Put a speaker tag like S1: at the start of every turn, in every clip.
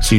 S1: Si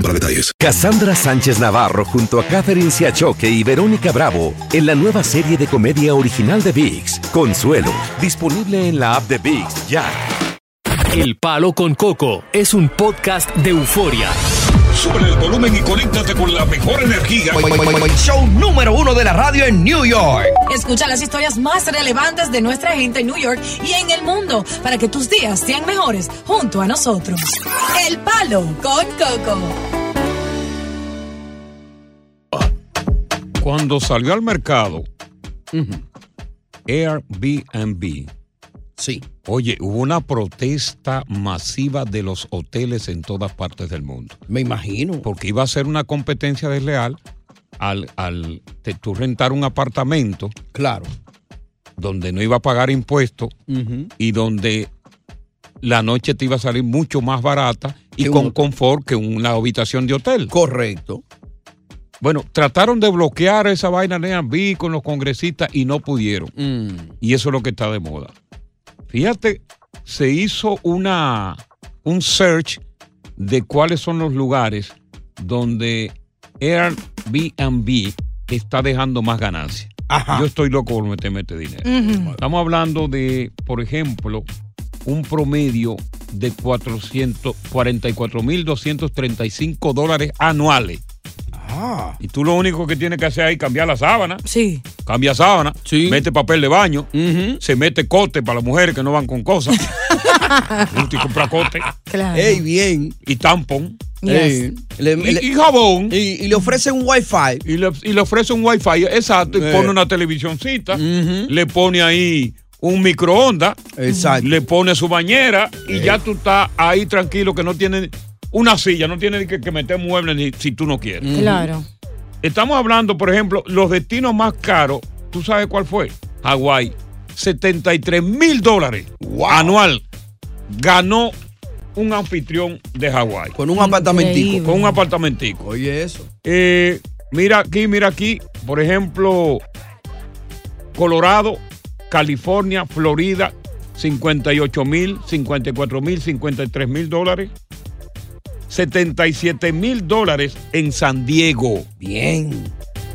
S2: para detalles.
S3: Cassandra Sánchez Navarro junto a Catherine Siachoque y Verónica Bravo en la nueva serie de comedia original de VIX, Consuelo, disponible en la app de VIX ya.
S4: El Palo con Coco es un podcast de euforia.
S5: Sube el volumen y conéctate con la mejor energía.
S6: Show número uno de la radio en New York.
S7: Escucha las historias más relevantes de nuestra gente en New York y en el mundo para que tus días sean mejores junto a nosotros. El Palo con Coco.
S5: Cuando salió al mercado Airbnb,
S6: Sí.
S5: oye, hubo una protesta masiva de los hoteles en todas partes del mundo.
S6: Me imagino.
S5: porque iba a ser una competencia desleal al, al te- tú rentar un apartamento
S6: Claro.
S5: donde no iba a pagar impuestos y donde la noche te iba a salir mucho más barata y
S6: Que
S5: con
S6: un-
S5: confort que una habitación de hotel.
S6: Correcto.
S5: Bueno, trataron de bloquear esa vaina de Airbnb con los congresistas y no pudieron. Y eso es lo que está de moda. Fíjate, se hizo una, un search de cuáles son los lugares donde Airbnb está dejando más ganancias.
S6: Ajá.
S5: Yo estoy loco por meterme este dinero. Estamos hablando de, por ejemplo, un promedio de 444.235 dólares anuales.
S6: Ah.
S5: Y tú lo único que tienes que hacer ahí es cambiar la sábana,
S7: Sí.
S5: cambia sábana,
S6: Sí.
S5: mete papel de baño,
S6: Ujú.
S5: se mete cote para las mujeres que no van con cosas. Tú compra cote
S7: Claro.
S6: Ey, bien.
S5: y tampón
S7: Yes.
S6: Ey. Le-
S5: y,
S6: le-
S5: y jabón. Y,
S6: y- y le ofrecen un wifi.
S5: le, y le ofrece un wifi, exacto, y
S6: Eh.
S5: pone una televisioncita,
S6: Ujú.
S5: le pone ahí un microondas,
S6: Exacto.
S5: le pone su bañera y ya
S6: Eh.
S5: tú estás ahí tranquilo que no tiene una silla, no tiene ni que, que meter muebles ni, si tú no quieres.
S7: Claro.
S5: Estamos hablando, por ejemplo, los destinos más caros, ¿tú sabes cuál fue? Hawái, 73 mil dólares anual ganó un anfitrión de Hawái
S6: Con un apartamentico.
S7: Increíble.
S5: con un apartamentico.
S6: Oye, eso.
S5: Eh, mira aquí, mira aquí, por ejemplo, Colorado, California, Florida, 58 mil, 54 mil, 53 mil dólares. 77 mil dólares en San Diego.
S6: Bien.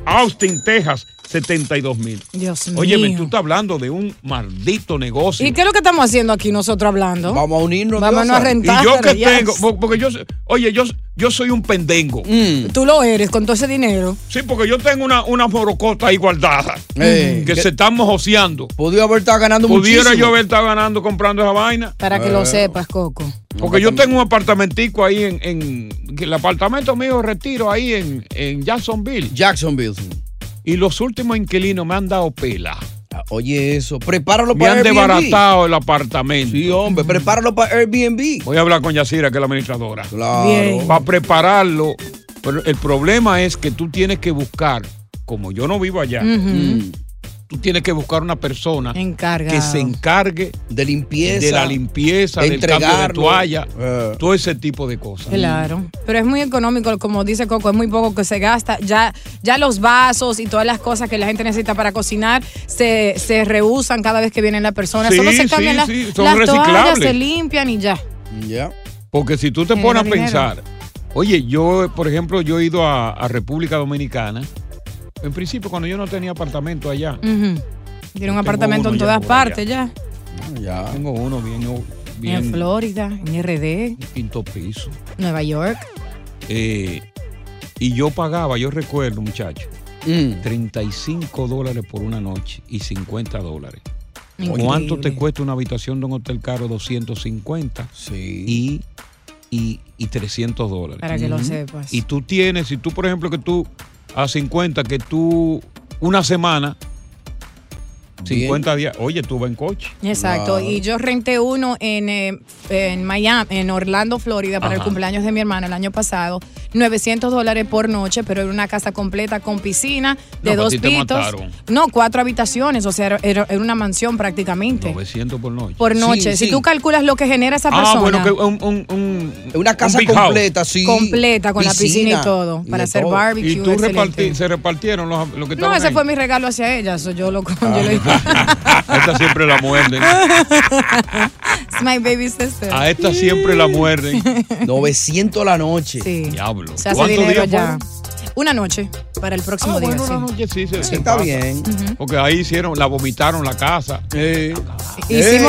S5: Austin, Texas, 72 mil.
S7: Dios mío.
S5: Óyeme, tú estás hablando de un maldito negocio.
S7: ¿Y
S5: Y,
S7: qué es lo que estamos haciendo aquí nosotros hablando?
S6: Vamos a unirnos.
S7: Vámonos
S6: Dios,
S7: a rentar.
S5: yo que
S7: Yes.
S5: tengo, po- porque yo, soy- oye, yo, yo soy un pendengo.
S6: Mm.
S7: Tú lo eres con todo ese dinero.
S5: Sí, porque yo tengo una, una morocota ahí guardada,
S6: Ey,
S5: que
S6: Eh, que
S5: se están mojoseando.
S6: Podía haber estado ganando
S5: Pudiera
S6: muchísimo.
S5: yo haber estado ganando comprando esa vaina.
S7: Para que lo sepas, Coco.
S5: Porque yo tengo un apartamentico ahí en, en- que el apartamento mío retiro ahí en, en Jacksonville.
S6: Jacksonville.
S5: Y los últimos inquilinos me han dado pela.
S6: Ah, Oye, eso. Prepáralo
S5: Me
S6: para
S5: han
S6: Airbnb.
S5: desbaratado el apartamento.
S6: Sí, hombre. Prepáralo para Airbnb.
S5: Voy a hablar con Yacira, que es la administradora.
S6: Claro.
S7: Bien.
S5: Para prepararlo. Pero el problema es que tú tienes que buscar, como yo no vivo allá,
S6: Mm.
S5: tú tienes que buscar una persona
S7: Encargado.
S5: que se encargue
S6: De limpieza.
S5: de la limpieza,
S6: de
S5: del cambio de
S6: entregarlo.
S5: toalla,
S6: Eh.
S5: todo ese tipo de cosas.
S7: Claro, pero es muy económico, como dice Coco, es muy poco que se gasta. Ya, ya los vasos y todas las cosas que la gente necesita para cocinar se, se reusan cada vez que viene la persona.
S5: Sí,
S7: Solo se
S5: sí,
S7: cambian las-
S5: sí, son
S7: las, toallas,
S5: reciclables.
S7: se limpian y ya.
S6: Ya.
S5: Porque si tú te
S7: Genera
S5: pones a
S7: dinero.
S5: pensar, oye, yo, por ejemplo, yo he ido a, a República Dominicana, en principio cuando yo no tenía apartamento allá,
S7: Ujú. Tiene un
S5: Yo tengo
S7: apartamento en
S5: uno ya
S7: todas
S5: por
S7: partes ya.
S6: Ya.
S5: tengo uno bien,
S7: En
S5: bien
S7: Florida, en RD,
S5: quinto piso.
S7: Nueva York.
S5: Eh, y yo pagaba, yo recuerdo, muchacho,
S6: Mm.
S5: 35 dólares por una noche y 50 dólares.
S7: Increíble.
S5: ¿Cuánto te cuesta una habitación de un hotel caro? 250.
S6: Sí.
S5: Y y, y 300 dólares.
S7: Para que lo sepas.
S5: Y tú tienes, si tú, por ejemplo, que tú a 50, que tú una semana,
S6: Bien.
S5: 50 días, oye, tú vas en coche.
S7: Exacto,
S6: Claro.
S7: y yo renté uno en, eh, en Miami, en Orlando, Florida, para el
S5: Ajá.
S7: cumpleaños de mi hermano el año pasado. 900 dólares por noche, pero era una casa completa con piscina de
S5: No, pues a
S7: dos
S5: ti te
S7: pitos.
S5: mataron.
S7: No, cuatro habitaciones, o sea, era, era- era una mansión prácticamente
S5: 900 por noche.
S7: por
S6: Sí,
S7: noche.
S6: sí.
S7: Si tú calculas lo que genera esa
S5: ah,
S7: persona
S5: bueno, que un, un- un-
S6: Una
S5: un
S6: casa
S5: big house.
S6: completa, sí.
S7: completa con la piscina y todo, para
S6: de
S7: hacer
S6: todo.
S7: barbecue.
S5: Y tú
S7: excelente.
S5: reparti- se repartieron los, lo que
S7: No,
S5: estaban
S7: ese
S5: ahí. Ah.
S7: fue mi regalo hacia ella, eso yo lo yo lo-
S5: Esta siempre la muerden.
S7: It's my baby sister.
S5: A esta siempre la muerden.
S6: 900 a la noche.
S7: Sí.
S5: Diablo.
S7: Se hace
S5: ¿Cuántos
S7: dinero
S5: días
S7: ya.
S5: fueron?
S7: Una noche para el próximo
S5: Ah, bueno,
S7: día.
S5: una
S7: sí.
S5: noche sí, se- se
S6: Está
S5: pasa.
S6: bien.
S5: Porque ahí hicieron, la vomitaron la casa.
S7: Hicimos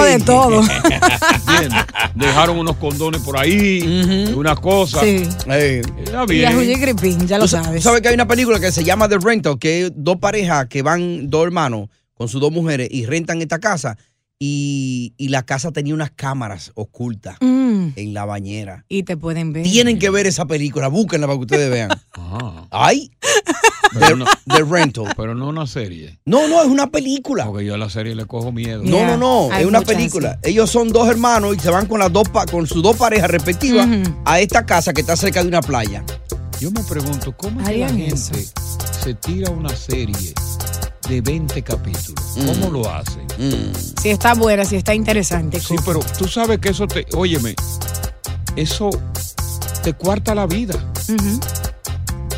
S6: Ey.
S7: de todo.
S5: ¿entiendes? Dejaron unos condones por ahí, unas cosas.
S7: sí.
S6: Eh,
S7: Y
S5: Está
S7: la
S5: bien.
S7: Julie Gripín, ya lo sabes.
S6: ¿Sabes que hay una película que se llama The Rental? Que es dos parejas que van, dos hermanos con sus dos mujeres y rentan esta casa. Y, y la casa tenía unas cámaras ocultas
S7: Mm,
S6: en la bañera.
S7: y te pueden ver.
S6: Tienen que ver esa película, búsquenla para que ustedes vean.
S5: Ajá.
S6: ¡Ay!
S5: Pero, no,
S6: The Rental.
S5: Ah, pero no una serie.
S6: No, no, es una película.
S5: Porque yo a la serie le cojo miedo.
S6: No,
S7: Yeah,
S6: no, no,
S7: hay
S6: es una
S7: muchas,
S6: película. Ellos son dos hermanos y se van con las dos pa- con sus dos parejas respectivas
S7: Ujú.
S6: a esta casa que está cerca de una playa.
S5: Yo me pregunto, ¿cómo es que la
S7: Harían
S5: gente
S7: eso.
S5: se tira una serie de 20 capítulos?
S7: Mm.
S5: ¿Cómo lo hacen?
S6: Mm.
S7: Si está buena, si está interesante.
S5: Sí,
S7: Coco.
S5: pero tú sabes que eso te. Óyeme, eso te cuarta la vida.
S7: Ujú.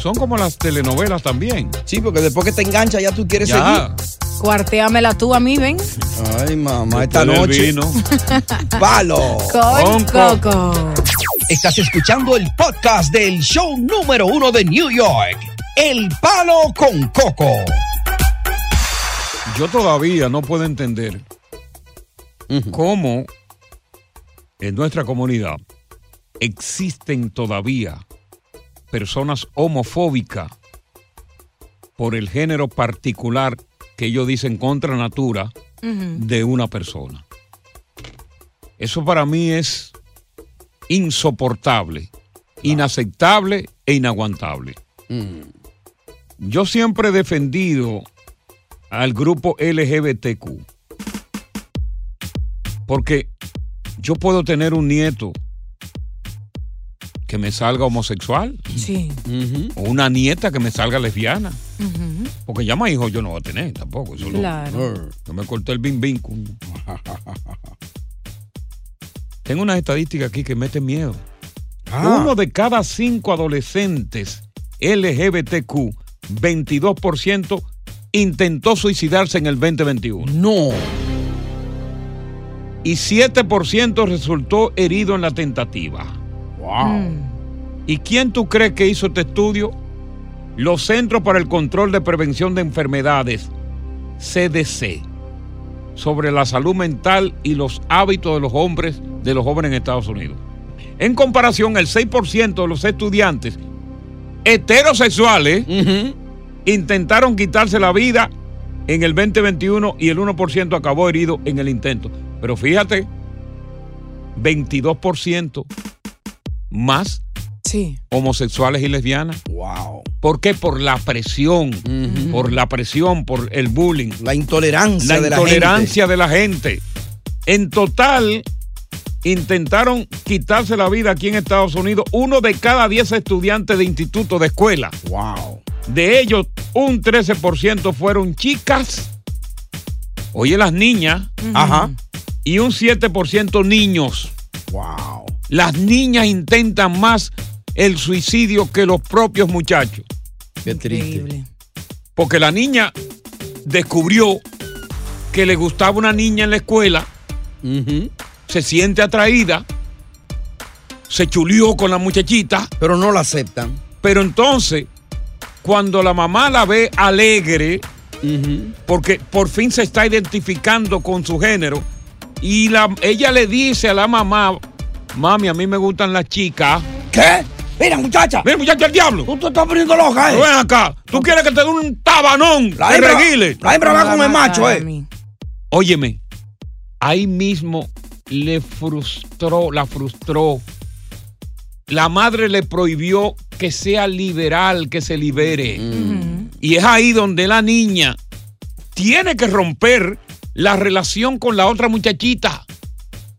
S5: Son como las telenovelas también.
S6: Sí, porque después que te engancha ya tú quieres
S5: Ya.
S7: Cuartéamela tú a mí, ven.
S6: seguir. Ay, mamá, esta
S5: Después del
S6: noche.
S5: vino.
S7: Ah.
S6: ¡Palo!
S7: Con
S5: Con
S7: Coco.
S6: Estás escuchando el podcast del show número uno de New York, El Palo con Coco.
S5: Yo todavía no puedo entender cómo en nuestra comunidad existen todavía personas homofóbicas por el género particular que ellos dicen contra natura
S7: Ujú.
S5: de una persona. Eso para mí es insoportable, inaceptable e inaguantable. Yo siempre he defendido al grupo LGBTQ. Porque yo puedo tener un nieto que me salga homosexual
S7: Sí.
S5: o una nieta que me salga lesbiana.
S7: Ujú.
S5: Porque ya más hijos yo no voy a tener tampoco. Eso lo-
S7: Claro.
S5: yo me corté el bim bim. cuño. Tengo unas estadísticas aquí que meten miedo. Uno de cada cinco adolescentes LGBTQ, 22%, intentó suicidarse en el 2021.
S6: No.
S5: Y 7% resultó herido en la tentativa.
S7: Mm.
S5: ¿Y quién tú crees que hizo este estudio? Los Centros para el Control de Prevención de Enfermedades, CDC, sobre la salud mental y los hábitos de los hombres, de los jóvenes en Estados Unidos. En comparación, el 6% de los estudiantes heterosexuales intentaron quitarse la vida en el 2021 y el 1% acabó herido en el intento. Pero fíjate, 22% más
S7: Sí.
S5: homosexuales y lesbianas.
S6: Wow.
S5: ¿Por qué? Por la presión, por la presión, por el bullying,
S6: La intolerancia
S5: la
S6: de
S5: intolerancia de la gente. En total, intentaron quitarse la vida aquí en Estados Unidos uno de cada diez estudiantes de instituto, de escuela.
S6: la gente. Wow.
S5: De ellos, un 13% fueron chicas, oye las niñas,
S6: Ajá.
S5: y un 7% niños.
S6: Wow.
S5: Las niñas intentan más el suicidio que los propios muchachos.
S6: Qué triste.
S7: Increíble.
S5: Porque la niña descubrió que le gustaba una niña en la escuela,
S6: Ujú.
S5: se siente atraída, se chulió con la muchachita,
S6: Pero no la aceptan.
S5: pero entonces cuando la mamá la ve alegre, porque por fin se está identificando con su género, y la- ella le dice a la mamá, mami, a mí me gustan las chicas,
S6: ¿Qué? Mira, muchacha.
S5: mira muchacha el diablo,
S6: Tú te estás poniendo loca, eh.
S5: ven acá, tú quieres que te dé un tabanón,
S6: La
S5: te
S6: hembra,
S5: reguile.
S6: la hembra
S7: Me
S6: va
S7: va
S6: con
S7: a
S6: el macho,
S7: matar a
S6: eh.
S7: mí.
S5: Óyeme, ahí mismo le frustró, la frustró la madre le prohibió que sea liberal, que se libere. Y es ahí donde la niña tiene que romper la relación con la otra muchachita.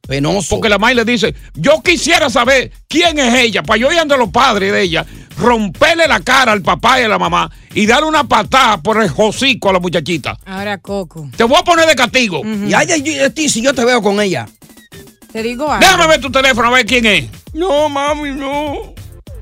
S6: Penoso.
S5: Porque la madre le dice, yo quisiera saber quién es ella, para yo ir ante los padres de ella, romperle la cara al papá y a la mamá y darle una patada por el hocico a la muchachita.
S7: Ahora, Coco,
S5: Te voy a poner de castigo.
S6: Y ay, ay, de ti si yo te veo con ella.
S7: te digo algo.
S5: Déjame ver tu teléfono a ver quién es.
S6: No, mami, no.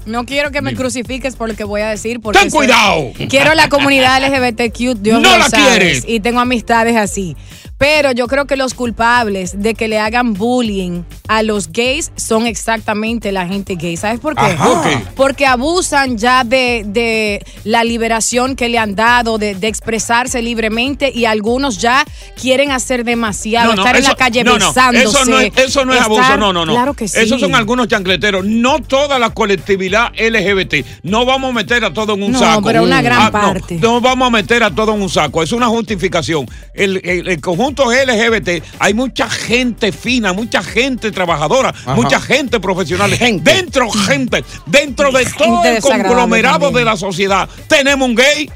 S7: No quiero que me crucifiques por lo que voy a decir. Porque
S5: Ten
S7: soy-
S5: cuidado.
S7: Quiero la comunidad LGBTQ, Dios
S5: No
S7: lo
S5: la
S7: sabes,
S5: quieres.
S7: Y tengo amistades así. Pero yo creo que los culpables de que le hagan bullying a los gays son exactamente la gente gay. ¿Sabes por qué?
S5: Ajá. ¿Por qué?
S7: Porque abusan ya de, de la liberación que le han dado, de, de expresarse libremente y algunos ya quieren hacer demasiado, estar en la calle
S5: no, no,
S7: besándose.
S5: eso no es, eso no es
S7: estar-
S5: abuso, no, no, no.
S7: Claro que sí.
S5: Esos son algunos chancleteros, no toda la colectividad LGBT. No vamos a meter a todo en un
S7: No,
S5: saco. Ah,
S7: pero una gran
S5: no,
S7: parte.
S5: No, vamos a meter a todo en un saco, es una justificación. El, el- el conjunto LGBT, hay mucha gente fina, mucha gente trabajadora, mucha gente profesional.
S6: Gente.
S5: Dentro, gente, dentro de
S7: Gente
S5: todo el
S7: desagradable
S5: conglomerado
S7: también.
S5: de la sociedad, tenemos un gay.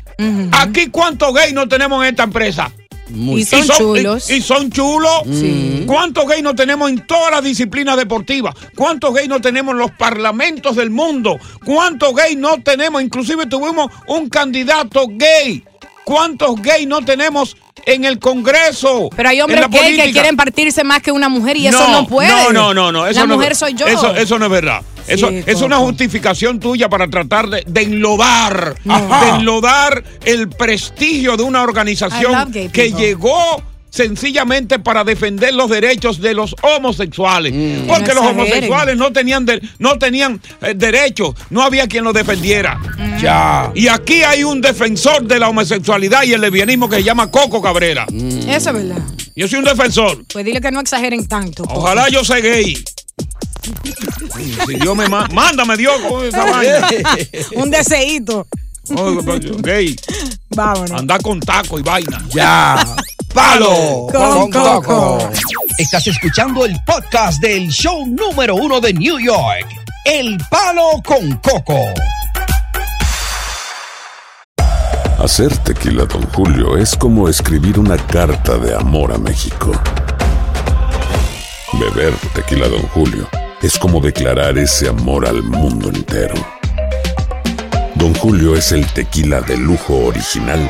S5: Aquí cuántos gays no tenemos en esta empresa.
S7: Y son,
S5: Y son-
S7: chulos. Mm.
S5: Y, y son chulos.
S7: Sí.
S5: ¿Cuántos gays no tenemos en todas las disciplinas deportivas? ¿Cuántos gays no tenemos en los parlamentos del mundo? ¿Cuántos gays no tenemos? Inclusive tuvimos un candidato gay. ¿Cuántos gays no tenemos en el Congreso?
S7: Pero hay
S5: En
S7: hombres
S5: la
S7: gay que
S5: política.
S7: quieren partirse más que una mujer y eso no puede.
S5: No, no, no, no. Eso
S7: la
S5: no es
S7: mujer
S5: ver-
S7: soy yo.
S5: Eso, eso no es verdad.
S7: Sí,
S5: eso es una
S7: Coco.
S5: justificación tuya para tratar de, de enlodar,
S7: No.
S5: de enlodar el prestigio de una
S7: I
S5: organización
S7: love gay
S5: que
S7: people.
S5: llegó sencillamente para defender los derechos de los homosexuales, porque
S7: Que no
S5: los
S7: exageren.
S5: homosexuales no tenían de- no tenían eh, derechos, no había quien los defendiera.
S7: Mm.
S6: Ya.
S5: Y aquí hay un defensor de la homosexualidad y el lesbianismo que se llama Coco Cabrera.
S7: Eso es verdad.
S5: Yo soy un defensor.
S7: Pues dile que no exageren tanto.
S5: Ojalá yo sea gay. Si Dios me ma- mándame Dios con esa vaina.
S7: Un deseíto.
S5: Oh, pero yo- gay,
S7: Vámonos.
S5: anda con taco y vaina.
S6: Ya. Palo
S7: Con Coco.
S6: Estás escuchando el podcast del show número uno de New York. El Palo con Coco.
S8: Hacer tequila, Don Julio, es como escribir una carta de amor a México. Beber tequila, Don Julio, es como declarar ese amor al mundo entero. Don Julio es el tequila de lujo original,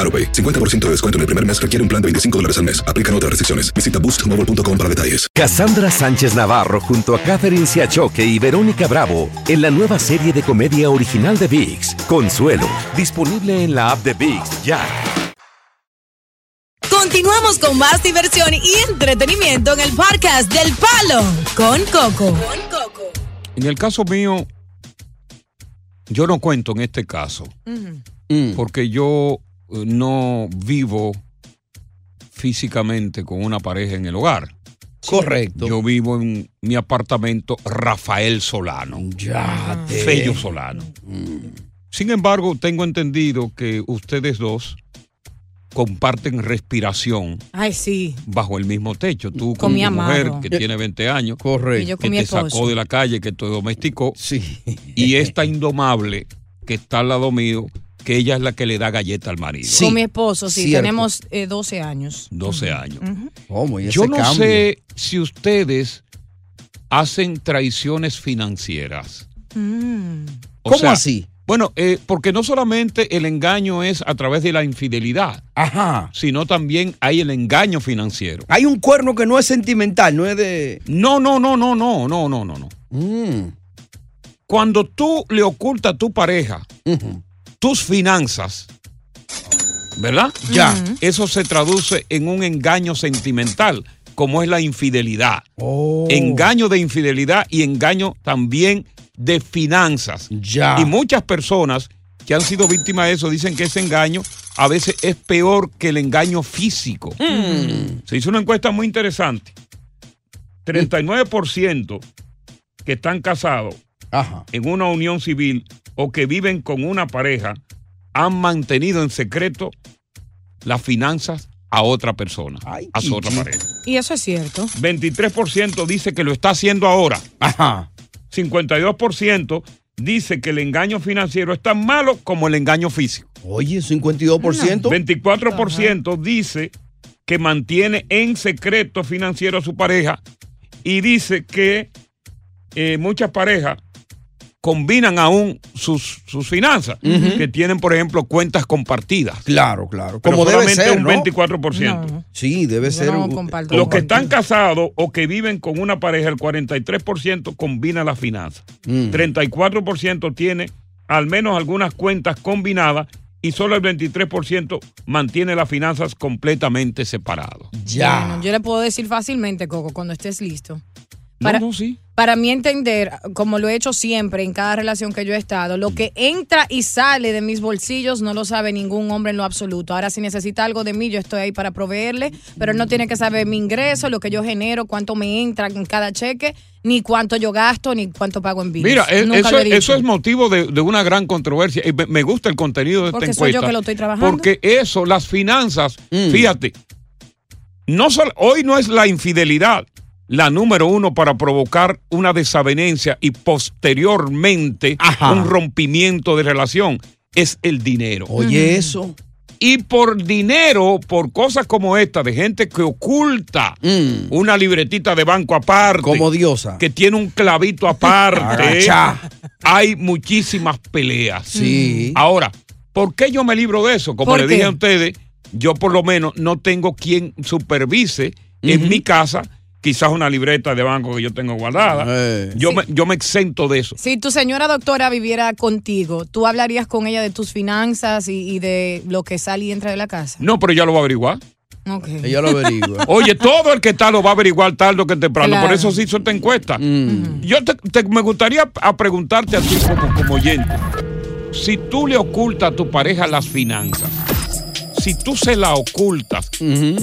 S2: AroPay. 50% de descuento en el primer mes requiere un plan de 25 dólares al mes. Aplican otras restricciones. Visita boostmobile.com para detalles.
S3: Cassandra Sánchez Navarro junto a Catherine Siachoque y Verónica Bravo en la nueva serie de comedia original de VIX, Consuelo, disponible en la app de VIX ya.
S9: Continuamos con más diversión y entretenimiento en el podcast del Palo con Coco.
S5: En el caso mío, yo no cuento en este caso, porque yo eh, no vivo físicamente con una pareja en el hogar.
S6: Correcto.
S5: Yo vivo en mi apartamento Rafael Solano.
S6: Ya Eh. te-
S5: Fello Solano. Sin embargo, tengo entendido que ustedes dos comparten respiración
S7: Ay, sí.
S5: bajo el mismo techo. Tú con,
S7: Con mi
S5: tu mujer
S7: amado.
S5: que tiene 20 años,
S7: Y
S6: Correcto.
S7: yo
S5: que
S7: con mi
S5: te
S7: esposo.
S5: sacó de la calle, que te domesticó,
S6: Sí.
S5: y esta indomable que está al lado mío, que ella es la que le da galleta al marido.
S6: Sí.
S7: Con mi esposo, sí.
S6: Cierto.
S7: Tenemos eh, 12 años.
S5: 12 años.
S6: ¿Cómo? ¿Y ese
S5: Yo no
S6: cambio?
S5: sé si ustedes hacen traiciones financieras.
S7: Mm.
S5: O
S6: ¿Cómo
S5: sea,
S6: así?
S5: Bueno, eh, porque no solamente el engaño es a través de la infidelidad,
S6: Ajá.
S5: sino también hay el engaño financiero.
S6: Hay un cuerno que no es sentimental, no es de.
S5: No, no, no, no, no, no, no, no, no.
S6: Mm.
S5: Cuando
S6: Mm,
S5: tú le ocultas a tu pareja tus finanzas, ¿verdad? Ya.
S7: Mm.
S5: Eso se traduce en un engaño sentimental, como es la infidelidad.
S6: Oh.
S5: Engaño de infidelidad y engaño también de finanzas.
S6: Ya.
S5: Y muchas personas que han sido víctimas de eso dicen que ese engaño a veces es peor que el engaño físico. Se hizo una encuesta muy interesante. 39% que están casados en una unión civil o que viven con una pareja han mantenido en secreto las finanzas a otra persona, a su otra pareja.
S7: Y eso es cierto.
S5: 23% dice que lo está haciendo ahora. Ajá. 52% dice que el engaño financiero es tan malo como el engaño físico.
S6: Oye, 52%.
S5: 24% dice que mantiene en secreto financiero a su pareja y dice que eh, muchas parejas combinan aún sus, sus finanzas,
S6: Ujú.
S5: que tienen, por ejemplo, cuentas compartidas.
S6: Claro, claro.
S5: Pero
S6: Como debe
S5: solamente
S6: ser,
S5: un
S6: ¿no?
S5: 24%.
S6: Sí, debe ser. un-
S5: Los que están casados o que viven con una pareja, el 43% combina las finanzas. 34% tiene al menos algunas cuentas combinadas y solo el 23% mantiene las finanzas completamente separadas.
S7: Bueno, yo le puedo decir fácilmente, Coco, cuando estés listo.
S5: No, no, sí.
S7: Para mí entender, como lo he hecho siempre en cada relación que yo he estado, lo que entra y sale de mis bolsillos no lo sabe ningún hombre en lo absoluto. Ahora, si necesita algo de mí, yo estoy ahí para proveerle, pero él no tiene que saber mi ingreso, lo que yo genero, cuánto me entra en cada cheque, ni cuánto yo gasto, ni cuánto pago en bills.
S5: Mira, es-
S7: Nunca
S5: eso,
S7: lo he dicho.
S5: eso es motivo de, de una gran controversia. Y Me, me gusta el contenido de
S7: Porque
S5: esta
S7: soy yo
S5: encuesta.
S7: que lo estoy trabajando.
S5: Porque eso, las finanzas, fíjate, no sol- hoy no es la infidelidad la número uno para provocar una desavenencia y posteriormente un rompimiento de relación. Es el dinero.
S6: Oye, eso.
S5: Y por dinero, por cosas como esta, de gente que oculta una libretita de banco aparte.
S6: Como diosa.
S5: Que tiene un clavito aparte.
S6: Agachá.
S5: hay muchísimas peleas.
S6: Sí. Ah,
S5: Ahora, ¿por qué yo me libro de eso? Como
S6: ¿Por
S5: le
S6: qué?
S5: dije a ustedes, yo por lo menos no tengo quien supervise en mi casa quizás una libreta de banco que yo tengo guardada. Yo, me, yo me exento de eso.
S7: Si tu señora doctora viviera contigo, ¿tú hablarías con ella de tus finanzas y, y de lo que sale y entra de la casa?
S5: No, pero ya lo va a averiguar.
S7: Ok.
S6: Ella lo averigua.
S5: Oye, todo el que está lo va a averiguar tarde o que temprano.
S7: Claro.
S5: Por eso se hizo esta
S6: Mm.
S5: encuesta. Mm. Yo te- te- me gustaría a preguntarte a ti como, como oyente. Si tú le ocultas a tu pareja las finanzas, si tú se la ocultas,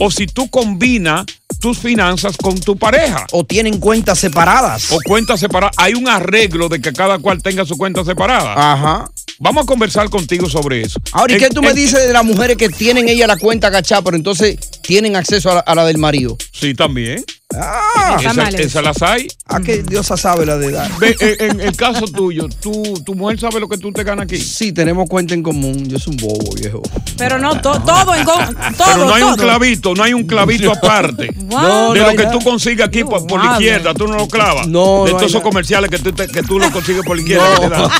S5: o si tú combinas tus finanzas con tu pareja.
S6: O tienen cuentas separadas.
S5: O cuentas separadas. Hay un arreglo de que cada cual tenga su cuenta separada.
S6: Ajá.
S5: Vamos a conversar contigo sobre eso.
S6: Ah. Ahora, ¿y
S5: En-
S6: qué tú me
S5: en-
S6: dices de las mujeres que tienen ella la cuenta agachada, pero entonces tienen acceso a la, a la del marido?
S5: Sí, también.
S6: Ah,
S5: Esa- esas las hay.
S6: Ah, que Diosa sabe la de edad.
S5: Ve, eh, en, en el caso tuyo, ¿tú, ¿tu mujer sabe lo que tú te ganas aquí?
S6: Sí, tenemos cuenta en común. Yo soy un bobo, viejo.
S7: Pero no, to- todo en con- todo,
S5: Pero no hay un
S7: todo.
S5: clavito, no hay un clavito aparte.
S7: Wow.
S5: de
S6: No, no
S5: lo
S6: hay
S5: que
S6: nada.
S5: tú consigues aquí por, por la
S6: madre.
S5: izquierda, tú no lo clavas. De
S6: No, no hay
S5: todos esos
S6: nada.
S5: comerciales que tú, te- que tú lo consigues por la izquierda. que te
S6: No.
S5: dan.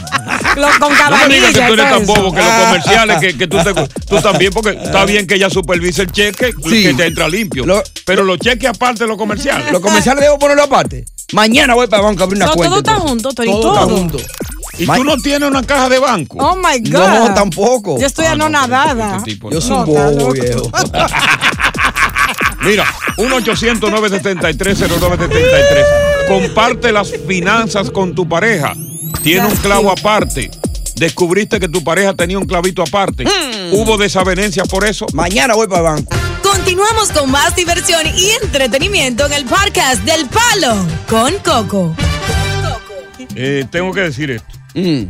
S7: Lo- con
S5: No me
S7: cabanilla
S5: digas que
S7: y
S5: tú eres
S7: todo
S5: tan
S7: eso.
S5: bobo que los comerciales que, que tú, te- tú también, porque está bien que ella supervise el cheque que te entra limpio. pero los cheques aparte de los comerciales.
S6: Los comerciales debo ponerlo aparte. Mañana voy para el banco a abrir una
S7: No,
S6: cuenta.
S7: todo está
S6: entonces.
S7: junto, Tori,
S6: Todo está
S7: todo.
S6: junto.
S5: ¿Y tú no tienes una caja de banco?
S7: Oh my God.
S6: No, tampoco.
S7: Yo
S5: Ah,
S7: estoy anonadada.
S6: Yo
S7: No, está
S6: soy un bobo,
S7: loco.
S6: viejo.
S5: Mira, 1 800 973 0973 Comparte las finanzas con tu pareja. Tiene un clavo aparte. Descubriste que tu pareja tenía un clavito aparte. Hubo desavenencia por eso.
S6: Mañana voy para el banco.
S9: Continuamos con más diversión y entretenimiento en el podcast del Palo con Coco.
S5: Eh, tengo que decir esto.
S6: Mm.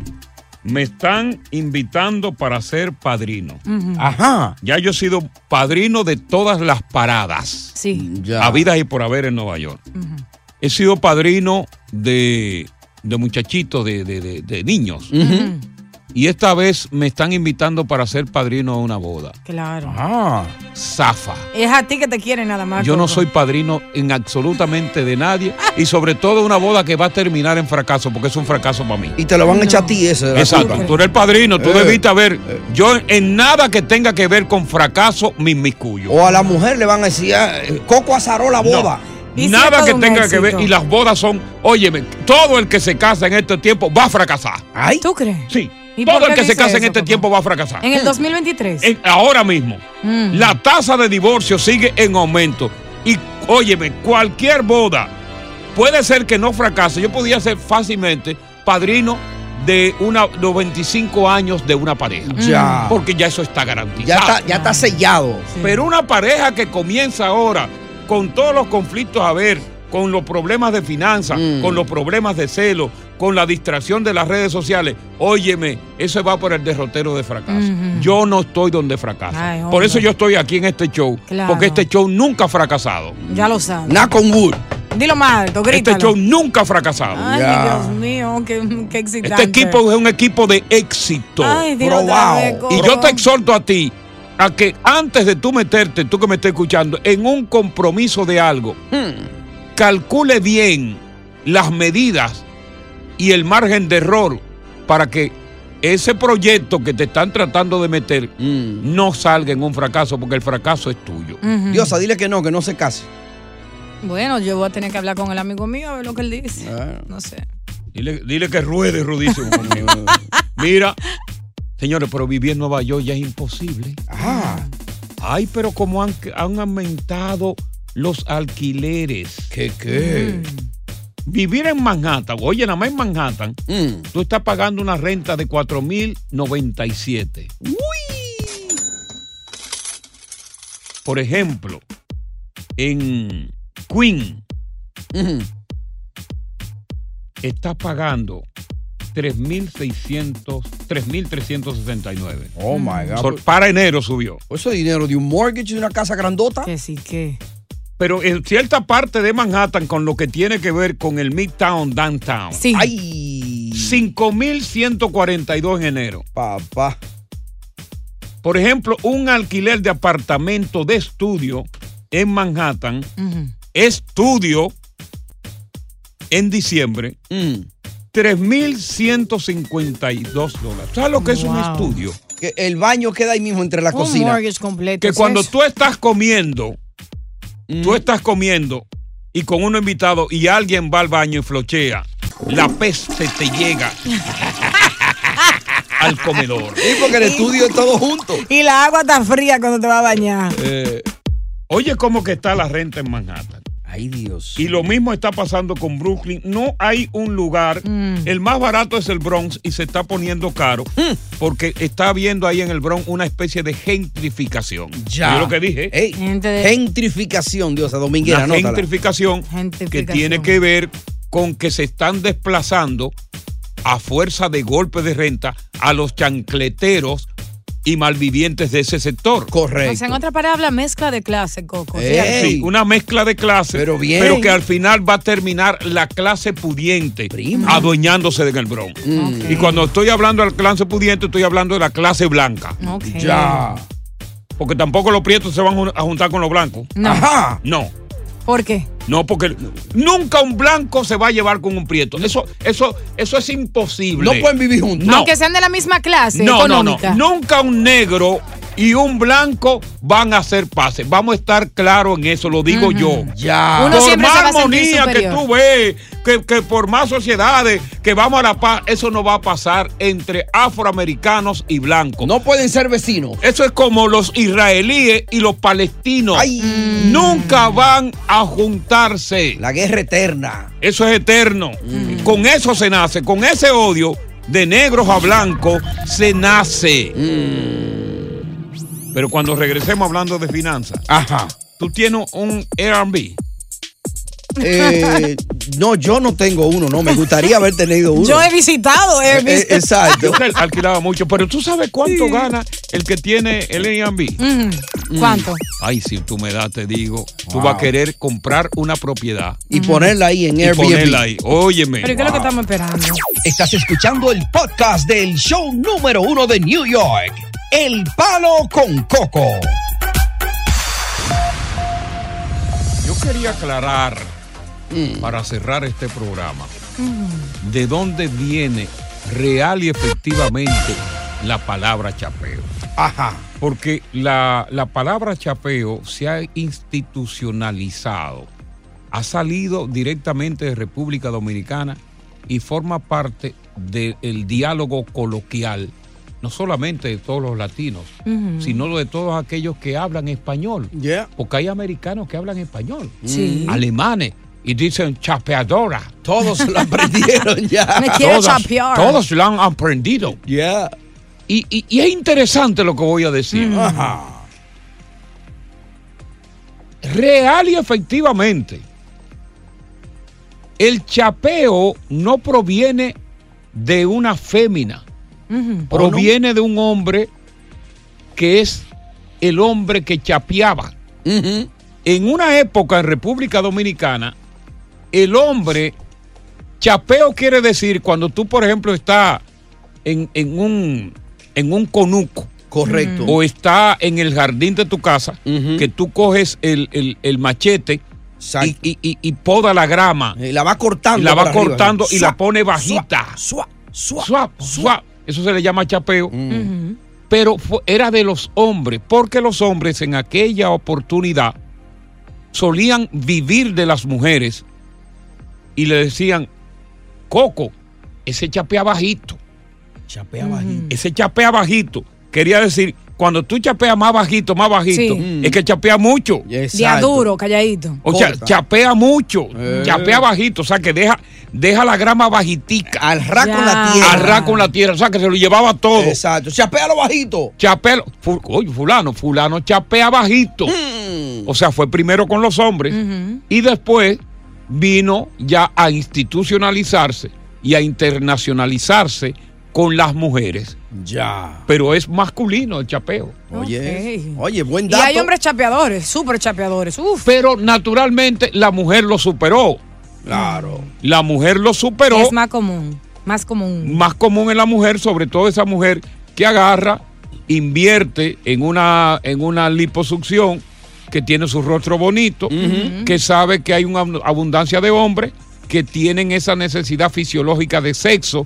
S5: Me están invitando para ser padrino.
S6: Ajá.
S5: Ya yo he sido padrino de todas las paradas.
S7: Sí.
S5: habidas y por haber en Nueva York. He sido padrino de, de muchachitos, de, de- de- de niños. Y esta vez me están invitando para ser padrino a una boda.
S7: Claro.
S5: Ah. Zafa.
S7: Es a ti que te quieren nada
S6: Ah,
S7: más.
S5: Yo no
S7: Coco.
S5: soy padrino en absolutamente de nadie y sobre todo una boda que va a terminar en fracaso porque es un fracaso para mí.
S6: Y te lo van a echar a ti ese. de la
S5: Exacto,
S6: culpa.
S5: tú eres el padrino, tú
S6: Eh.
S5: debiste haber. Yo en nada que tenga que ver con fracaso, mis miscuyo.
S6: O a la mujer le van a decir, ah, Coco azaró la boda.
S5: No, nada que tenga que ver. Y las bodas son, óyeme, todo el que se casa en este tiempo va a fracasar.
S6: Ay.
S7: ¿Tú crees?
S5: Sí.
S7: ¿Y por
S5: Todo el
S7: qué
S5: que se
S7: dice
S5: casa en
S7: eso,
S5: este tiempo va a fracasar.
S7: En el 2023.
S5: En- ahora mismo.
S7: Mm.
S5: La tasa de divorcio sigue en aumento. Y óyeme, cualquier boda puede ser que no fracase. Yo podía ser fácilmente padrino de una de 25 años de una pareja.
S7: Mm.
S6: Ya.
S5: Porque Ah. ya eso está garantizado.
S6: Ya está, ya está sellado.
S5: Pero una pareja que comienza ahora con todos los conflictos a ver, con los problemas de finanzas,
S7: Mm.
S5: con los problemas de celo, con la distracción de las redes sociales, óyeme, eso va por el derrotero de fracaso. Yo no estoy donde fracaso.
S7: Ay, hombre.
S5: por eso yo estoy aquí en este show,
S7: Claro.
S5: porque este show nunca ha fracasado.
S7: Ya lo sabes.
S5: con Wood.
S7: Dilo más alto, grítalo.
S5: Este show nunca ha fracasado.
S7: Ay, Dios mío, qué, qué
S5: Este
S7: excitante.
S5: equipo es un equipo de éxito.
S7: Ay, dilo otra vez,
S5: Y yo te exhorto a ti a que antes de tú meterte, tú que me estás escuchando, en un compromiso de algo, calcule bien las medidas y el margen de error para que ese proyecto que te están tratando de meter
S7: Mm.
S5: no salga en un fracaso, porque el fracaso es tuyo.
S7: Ujú.
S6: Diosa, dile que no, que no se case.
S7: Bueno, yo voy a tener que hablar con el amigo mío a ver lo que él dice.
S5: Ah.
S6: Ah.
S7: No sé.
S5: Dile, dile que ruede, Rudísimo. conmigo. Mira, señores, pero vivir en Nueva York ya es imposible.
S6: Ah.
S5: Ay, pero como han, han aumentado los alquileres. ¿Qué qué?
S7: Mm.
S5: Vivir en Manhattan, oye, nada más en Manhattan,
S6: Mm,
S5: tú estás pagando una renta de 4.097. ¡Uy! Por ejemplo, en Queen,
S6: mm.
S5: estás pagando 3.600, 3.369.
S6: Oh my
S5: Sol-
S6: God.
S5: Ah, pues, para enero subió.
S6: Pues Eso es dinero de un mortgage de una casa grandota.
S7: Que sí, que.
S5: Pero en cierta parte de Manhattan, con lo que tiene que ver con el Midtown Downtown,
S7: Sí.
S5: hay 5.142 en enero.
S6: Papá.
S5: Por ejemplo, un alquiler de apartamento de estudio en Manhattan, estudio en diciembre, 3.152 dólares. ¿Sabes lo que es un
S6: Wow.
S5: estudio?
S6: Que el baño queda ahí mismo entre la cocina.
S7: mortgage completo.
S5: que
S7: es
S5: cuando
S7: eso.
S5: tú estás comiendo, tú estás comiendo y con uno invitado y alguien va al baño y flochea, la peste te llega al comedor.
S6: Sí, porque el estudio es todo junto.
S7: Y la agua está fría cuando te vas a bañar.
S5: Eh, oye, cómo que está la renta en Manhattan.
S6: Ay, Dios.
S5: Y lo mismo está pasando con Brooklyn. No hay un lugar.
S6: Mm.
S5: El más barato es el Bronx y se está poniendo caro
S6: Mm.
S5: porque está habiendo ahí en el Bronx una especie de gentrificación.
S6: Ya.
S5: Yo lo que dije.
S6: Ey, gentrificación, Diosa Dominguera,
S5: la
S6: anótala.
S5: gentrificación que tiene que ver con que se están desplazando a fuerza de golpe de renta a los chancleteros y malvivientes de ese sector.
S7: O sea, en otra palabra, mezcla de clase, Coco. Fíjate.
S5: Sí, una mezcla de clases, pero,
S6: bien.
S5: que al final va a terminar la clase pudiente adueñándose del Bronx. Y cuando estoy hablando de la clase pudiente, estoy hablando de la clase blanca.
S7: Ok.
S5: Porque tampoco los prietos se van a juntar con los blancos.
S7: No.
S6: Ajá.
S5: No.
S7: ¿Por qué?
S5: No, porque nunca un blanco se va a llevar con un prieto. Eso, eso, eso es imposible.
S6: No pueden vivir juntos.
S5: No,
S7: Aunque sean de la misma clase
S5: no, no, no.
S7: económica.
S5: Nunca un negro y un blanco van a hacer pase. Vamos a estar claros en eso, lo digo yo.
S6: Ya.
S7: Uno
S5: por
S7: siempre se
S5: más
S7: va a sentir
S5: armonía que
S7: superior.
S5: tú ves, que, que por más sociedades, que vamos a la paz, eso no va a pasar entre afroamericanos y blancos.
S6: No pueden ser vecinos.
S5: Eso es como los israelíes y los palestinos.
S6: Ay.
S5: Nunca van a juntarse.
S6: La guerra eterna.
S5: Eso es eterno.
S7: Mm.
S5: Con eso se nace, con ese odio de negros a blancos se nace.
S7: Mm.
S5: Pero cuando regresemos hablando de finanzas,
S6: Ajá.
S5: tú tienes un Airbnb.
S6: Eh, no, yo no tengo uno, no. Me gustaría haber tenido uno.
S7: Yo he visitado, he
S6: Eh, eh,
S7: visto.
S6: exacto.
S5: Yo que alquilaba mucho, pero tú sabes cuánto gana el que tiene el Airbnb. Mm.
S7: Ujú. ¿Cuánto?
S5: Ay, si tú me das, te digo, tú vas a querer comprar una propiedad
S6: Y ponerla ahí en
S5: y
S6: Airbnb.
S5: ponerla ahí. Óyeme.
S7: Pero ¿y ¿qué es lo que estamos esperando?
S6: Estás escuchando el podcast del show número uno de New York, El Palo con Coco.
S5: Yo quería aclarar, para cerrar este programa, de dónde viene real y efectivamente la palabra chapeo.
S6: Ajá.
S5: Porque la, la palabra chapeo se ha institucionalizado, ha salido directamente de República Dominicana y forma parte del diálogo coloquial, no solamente de todos los latinos,
S10: Ujú.
S5: sino de todos aquellos que hablan español. Porque hay americanos que hablan español,
S10: Sí.
S5: alemanes, y dicen chapeadora.
S6: Todos lo aprendieron ya.
S10: Me quiero
S5: Todas-
S10: chapear.
S5: Todos lo han aprendido. Y, y- y es interesante lo que voy a decir. Real y efectivamente, el chapeo no proviene de una fémina, proviene de un hombre que es el hombre que chapeaba. En una época en República Dominicana, el hombre, chapeo quiere decir cuando tú, por ejemplo, estás en, en un, en un conuco.
S6: Correcto.
S5: O está en el jardín de tu casa, que tú coges el, el- el machete y, y- y- y poda la grama.
S6: Y la va cortando.
S5: la va
S6: por arriba.
S5: cortando y la
S6: Suap,
S5: pone
S6: suap,
S5: bajita.
S6: Suap, suap,
S5: Suap, suap. Eso se le llama chapeo.
S7: Mm.
S5: Pero fu- era de los hombres, porque los hombres en aquella oportunidad solían vivir de las mujeres y le decían, Coco, ese chapea bajito.
S6: Chapea bajito.
S5: Ese chapea bajito. Quería decir, cuando tú chapeas más bajito, más bajito,
S7: Sí.
S5: es que chapea mucho.
S7: Día duro, calladito.
S5: O sea, chapea mucho,
S7: Eh.
S5: chapea bajito, o sea que deja, deja la grama bajitica. Al
S6: ras con la Ya. tierra.
S5: Al ras con la tierra, o sea que se lo llevaba todo.
S6: Exacto, chapea lo bajito.
S5: Chapea, lo- fu- oye, fulano, fulano chapea bajito. O sea, fue primero con los hombres y después vino ya a institucionalizarse y a internacionalizarse con las mujeres.
S6: Ya.
S5: Pero es masculino el chapeo.
S6: Oye, oye, buen
S7: Y hay hombres chapeadores, súper chapeadores. Uf.
S5: Pero naturalmente la mujer lo superó.
S6: Claro.
S5: La mujer lo superó.
S7: es más común, más común.
S5: más común en la mujer, sobre todo esa mujer que agarra, invierte en una, en una liposucción, que tiene su rostro bonito, que sabe que hay una ab- abundancia de hombres que tienen esa necesidad fisiológica de sexo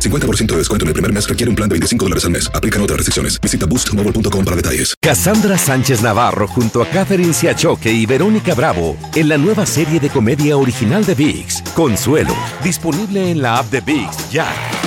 S2: 50% de descuento en el primer mes requiere un plan de 25 dólares al mes. Aplican otras restricciones. Visita boostmobile.com para detalles.
S3: Cassandra Sánchez Navarro junto a Catherine Siachoque y Verónica Bravo en la nueva serie de comedia original de VIX, Consuelo, disponible en la app de VIX ya.